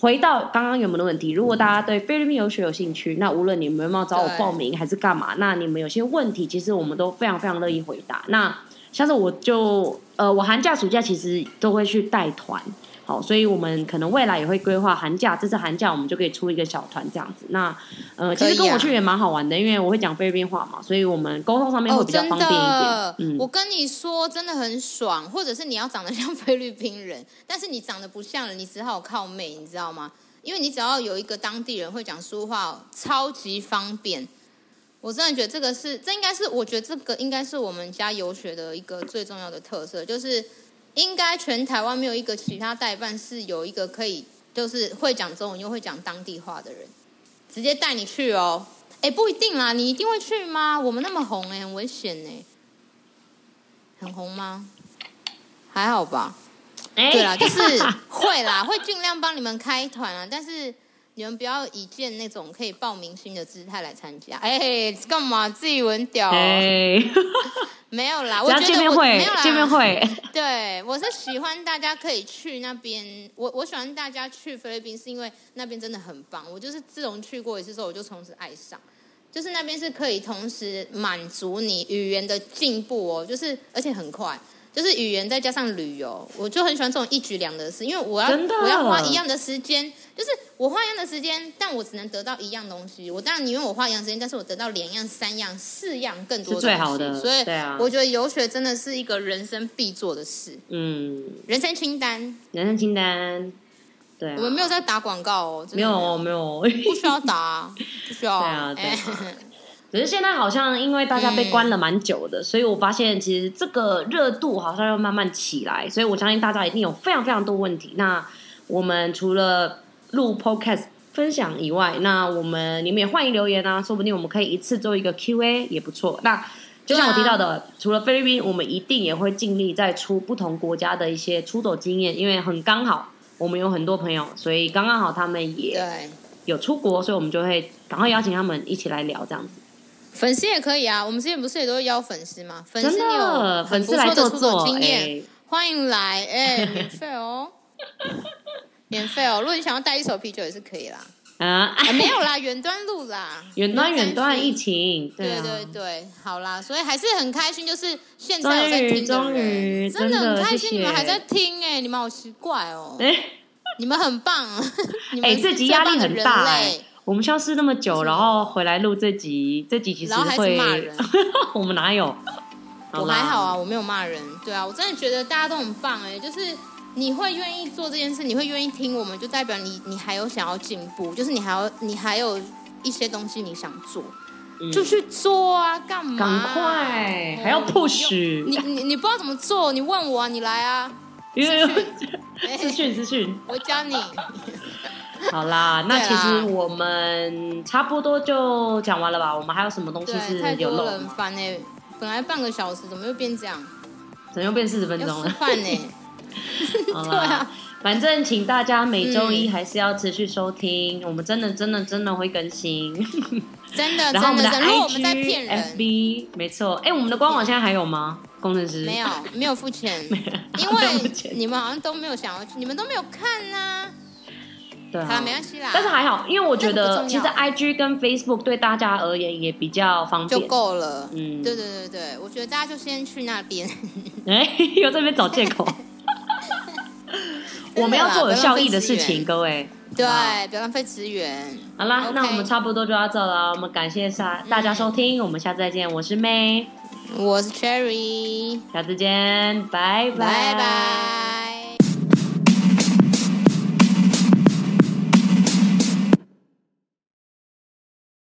回到刚刚原本的问题，如果大家对菲律宾游学有兴趣，那无论你们有没有找我
对
报名还是干嘛，那你们有些问题，其实我们都非常非常乐意回答。那像是我就呃，我寒假暑假其实都会去带团，好，所以我们可能未来也会规划寒假，这次寒假我们就可以出一个小团这样子。那呃，其
可以
实跟
啊
我去也蛮好玩的，因为我会讲菲律宾话嘛，所以我们沟通上面
哦，
会比较
真
方便一点
的。，我
嗯，
跟你说，真的很爽，或者是你要长得像 (laughs) 菲律宾人，但是你长得不像了，你只好靠美，你知道吗？因为你只要有一个当地人会讲苏话，超级方便。我真的觉得这个是，这应该是我觉得这个应该是我们家游学的一个最重要的特色，就是应该全台湾没有一个其他代办是有一个可以就是会讲中文又会讲当地话的人，直接带你去哦。哎，不一定啦，你一定会去吗？我们那么红哎、很危险哎、很红吗？还好吧。
哎
对啦，就是会啦， (laughs) 会尽量帮你们开团啊，但是你们不要以见那种可以报明星的姿态来参加。哎、干嘛自己文屌、
(laughs) 哎，
没有哦
(laughs)
啦，我
只要
觉得
见面
我
会
没有啦，
见面会，
对，我是喜欢大家可以去那边，我我喜欢大家去菲律宾，是因为那边真的很棒。我就是自从去过一次之后，我就从此爱上，就是那边是可以同时满足你语言的进步哦，就是而且很快。就是语言再加上旅游，我就很喜欢这种一举两得事，因为我要
真的
我要花一样的时间，就是我花一样的时间，但我只能得到一样东西。我当然宁愿我花一样时间，但是我得到两样、三样、四样更多
是最
东西
好的
所以
对啊
我觉得游学真的是一个人生必做的事，
嗯，
人生清单。
人生清单，对啊，
我们没有在打广告哦，真
(laughs) 没
的
有哦没有哦，
不需要打啊，不需要啊。
对啊对啊可是现在好像因为大家被关了蛮久的，所以我发现其实这个热度好像要慢慢起来，所以我相信大家一定有非常非常多问题。那我们除了录 podcast 分享以外，那我们你们也欢迎留言啊，说不定我们可以一次做一个 Q&A 也不错。那就像我提到的，除了菲律宾，我们一定也会尽力再出不同国家的一些出走经验，因为很刚好我们有很多朋友，所以刚刚好他们也
(laughs) 对，
有出国，所以我们就会赶快邀请他们一起来聊这样子。
粉丝也可以啊，我们之前不是也都会邀粉丝吗？粉丝
真
你有
的，粉
很不
丝
错
来
的
坐
出
坐
国，经验，
哎
欢迎
(laughs)
来，哎、免费哦，免费哦。如果你想要带一手啤酒也是可以啦。
啊，
啊没有啦， (laughs) 远端录啦，
(laughs) 远端
不用
远端
担
疫
心
情，
对
啊，
对对，好啦，所以还是很开心，就是现
终
在有在
于
听的
终于
人，真的
真的
很开
谢
心，
谢
你们还在听哎、你们好奇怪哦，
哎、
你们很棒，你们
哎、
是
这集
最
压
棒
力
的
很
人
大哎、
类
我们消失那么久，然后回来录这集，这集其实
然后还是
会
骂人，
(laughs) 我们哪有？
我
啦
还好，啊，我没有骂人，对啊，我真的觉得大家都很棒哎、就是。你会愿意做这件事，你会愿意听我们，就代表你你还有想要进步，就是你还要你还有一些东西你想做，
嗯
就去做啊，干嘛
赶
啊？
快，
哦
还要
你
push，
你你你不知道怎么做，你问我、啊，你来啊！
(laughs) 因为 (laughs)
哎
资讯资讯。
我教
(laughs)
你。
好啦，那
(laughs) 对啊
其
啦
实我们差不多就讲完了吧？我们还有什么东西
对，太
是有
多
漏的
人
吗？
烦哎、本来半个小时，怎么又变这样？
怎么又变四十分
要
钟
吃
了？
饭
(laughs)
哎、 (laughs)
好
对
啦
啊，
反正请大家每周一
嗯
还是要持续收听，我们真的真的真的会更新。
真
(laughs)
的
然后我
真
们的
的啊真的，如果我
IG、
们在骗人，
FB，没错。哎、我们的官网现在还有吗？工程师 (laughs)
没有没有付钱，因
没有付
为
钱
你们好像都没有想要去，你们都没有看呐、
对
好啦，
啊，
没关系啦，
但是还好，因为我觉
那个
得
不重要
其实 IG 跟 Facebook 对大家而言也比较方
就
便。 (laughs)
够了。
嗯，
对对对对，我觉得大家就先去那边。
哎、又在那边找借
(laughs)
口。 (laughs) 我们要做有效益的事情，各位。好
对，不要浪费资源。
好啦
OK 嗯
那我们差不多就要走了。我们感谢大大家收听，我们下次再见。我是 May，
我是 Cherry，
下次见，拜
拜拜。